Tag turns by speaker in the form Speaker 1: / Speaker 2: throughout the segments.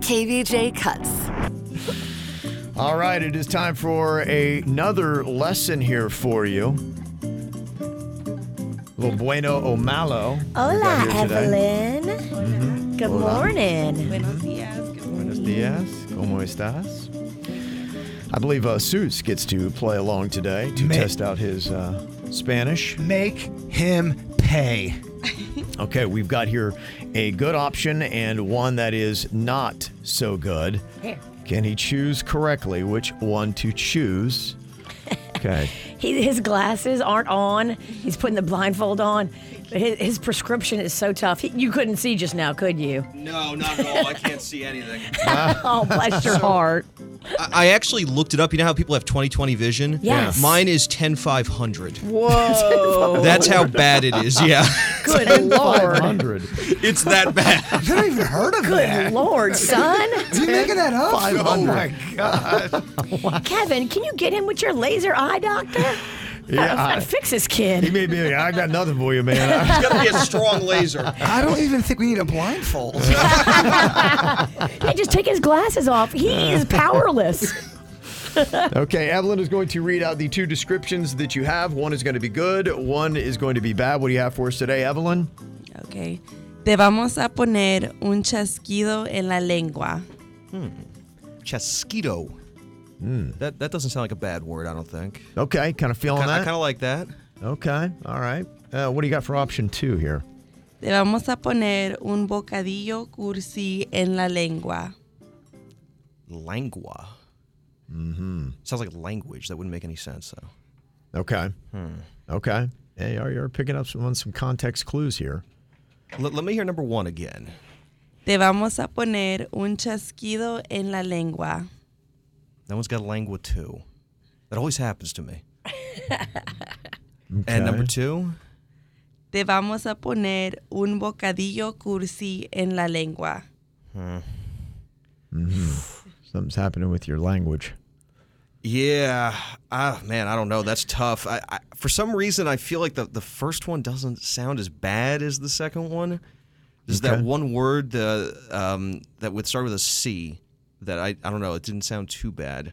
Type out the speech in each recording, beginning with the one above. Speaker 1: KVJ cuts.
Speaker 2: All right, it is time for a- another lesson here for you. Little Bueno O'Malo. we got
Speaker 3: Hola,
Speaker 2: here today.
Speaker 3: Evelyn.
Speaker 2: Mm-hmm.
Speaker 3: Good morning.
Speaker 2: Buenos dias. ¿Cómo estás? I believe uh, Seuss gets to play along today to
Speaker 4: Me-
Speaker 2: test out his uh, Spanish.
Speaker 4: Make him pay.
Speaker 2: Okay, we've got here a good option and one that is not so good. Can he choose correctly which one to choose? Okay.
Speaker 3: He, his glasses aren't on. He's putting the blindfold on. But his, his prescription is so tough. He, you couldn't see just now, could you?
Speaker 5: No, not at all. I can't see anything.
Speaker 2: Ah.
Speaker 3: Oh, bless your heart.
Speaker 5: I, I actually looked it up. You know how people have 20/20 vision?
Speaker 3: Yes.
Speaker 5: Mine is 10/500.
Speaker 3: Whoa.
Speaker 5: That's how bad it is. Yeah.
Speaker 3: Good lord.
Speaker 2: 500.
Speaker 5: it's that bad.
Speaker 4: I've never even heard of
Speaker 3: Good
Speaker 4: that.
Speaker 3: lord, son.
Speaker 4: Is he making that up? Oh
Speaker 2: 500.
Speaker 4: my god.
Speaker 3: Kevin, can you get him with your laser eye doctor?
Speaker 2: Yeah,
Speaker 3: I've got to
Speaker 2: I-
Speaker 3: fix this
Speaker 2: He
Speaker 3: kid.
Speaker 2: may be, I got nothing for you, man.
Speaker 5: It's gonna be a strong laser.
Speaker 4: I don't even think we need a blindfold.
Speaker 3: Hey, just take his glasses off. He is powerless.
Speaker 2: okay, Evelyn is going to read out the two descriptions that you have. One is going to be good, one is going to be bad. What do you have for us today, Evelyn?
Speaker 6: Ok. Te vamos a poner un chasquido en la lengua.
Speaker 5: Chasquito. That that doesn't sound like a bad word. I don't think.
Speaker 2: Okay, kind of feeling
Speaker 5: Kinda- I
Speaker 2: that.
Speaker 5: kind of like that.
Speaker 2: Okay, all right. Uh, what do you got for option two here?
Speaker 6: Te vamos a poner un bocadillo cursi en la lengua.
Speaker 5: Langua. Mm-hmm. Sounds like language. That wouldn't make any sense though.
Speaker 2: Okay. Okay. Hey, are you picking up some, on some context clues here?
Speaker 5: Let- let me hear number one again.
Speaker 6: Te vamos a poner un chasquido en la lengua.
Speaker 5: That one's got langua too. That always happens to me. And number
Speaker 2: Okay.
Speaker 5: two.
Speaker 6: Te vamos a poner un bocadillo cursi en la lengua.
Speaker 2: Something's happening with your language.
Speaker 5: Yeah, ah, man, I don't know. That's tough. I, I for some reason I feel like the the first one doesn't sound as bad as the second one. There's
Speaker 2: Okay.
Speaker 5: that one word the um, that would start with a C that I I don't know. It didn't sound too bad.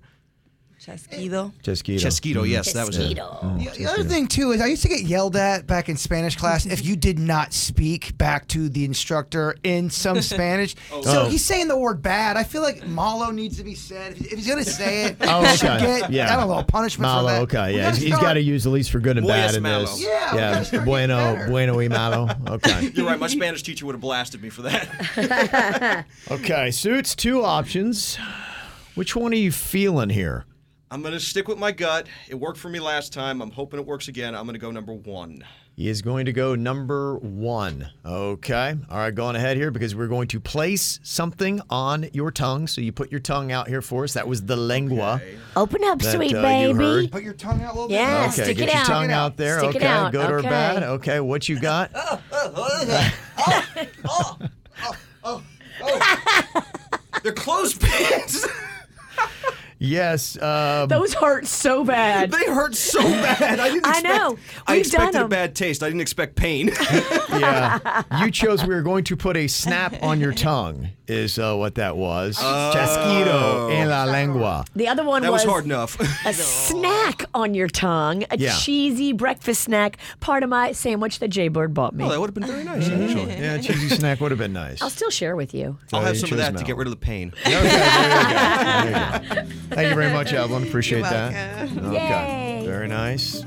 Speaker 6: Chasquido.
Speaker 2: Chesquito. Hmm.
Speaker 5: Chasquito, yes, that was it.
Speaker 4: The- The other thing too is I used to get yelled at back in Spanish class if you did not speak back to the instructor in some Spanish. So
Speaker 2: Oh.
Speaker 4: he's saying the word bad. I feel like malo needs to be said. If if he's gonna say it,
Speaker 2: Oh,
Speaker 4: he should
Speaker 2: okay.
Speaker 4: get
Speaker 2: Yeah.
Speaker 4: I don't know punishment for
Speaker 2: Malo,
Speaker 4: that.
Speaker 2: okay,
Speaker 4: We
Speaker 2: yeah.
Speaker 4: gotta
Speaker 2: He's, he's
Speaker 4: start-
Speaker 2: got to use the least for good and
Speaker 5: Muy
Speaker 2: bad
Speaker 5: es
Speaker 2: in
Speaker 5: malo.
Speaker 2: this.
Speaker 4: Yeah, we gotta start getting
Speaker 2: Bueno,
Speaker 4: better.
Speaker 2: bueno y malo. Okay.
Speaker 5: You're right. My Spanish teacher would have blasted me for that.
Speaker 2: okay, so it's two options. Which one are you feeling here?
Speaker 5: I'm gonna stick with my gut. It worked for me last time. I'm hoping it works again. I'm gonna go number one.
Speaker 2: He is going to go number one. Okay. All right, going ahead here because we're going to place something on your tongue. So you put your tongue out here for us. That was the lengua.
Speaker 3: Open up,
Speaker 2: That,
Speaker 3: sweet
Speaker 2: uh, you
Speaker 3: baby.
Speaker 2: heard.
Speaker 4: Put your tongue out a little
Speaker 3: Yeah.
Speaker 2: okay,
Speaker 3: stick
Speaker 2: get
Speaker 3: it
Speaker 2: your
Speaker 3: out.
Speaker 2: tongue out there.
Speaker 3: Stick it
Speaker 2: okay,
Speaker 3: out.
Speaker 2: good or
Speaker 3: Okay.
Speaker 2: bad. Okay, what you got?
Speaker 5: They're clothespins.
Speaker 2: yes. Um,
Speaker 3: Those hurt so bad.
Speaker 5: they hurt so bad. I didn't.
Speaker 3: I
Speaker 5: Expect,
Speaker 3: know.
Speaker 5: I
Speaker 3: We've
Speaker 5: expected
Speaker 3: done
Speaker 5: a
Speaker 3: 'em.
Speaker 5: bad taste. I didn't expect pain.
Speaker 2: yeah. You chose we were going to put a snap on your tongue, is uh, what that was. Chasquido en la lengua.
Speaker 3: The other one
Speaker 5: That was hard enough.
Speaker 3: a snack on your tongue, a
Speaker 2: Yeah.
Speaker 3: cheesy breakfast snack, part of my sandwich that Jaybird bought me.
Speaker 5: Oh, that would have been very nice, actually.
Speaker 2: Yeah, cheesy snack would have been nice.
Speaker 3: I'll still share with you.
Speaker 5: I'll
Speaker 2: Uh,
Speaker 5: have
Speaker 2: you
Speaker 5: some of
Speaker 2: chose
Speaker 5: that to
Speaker 2: Mel.
Speaker 5: get rid of the pain.
Speaker 2: Okay, there you go. There you go. Thank you very much, Evelyn. Appreciate that. Okay.
Speaker 3: Yay.
Speaker 2: Very nice.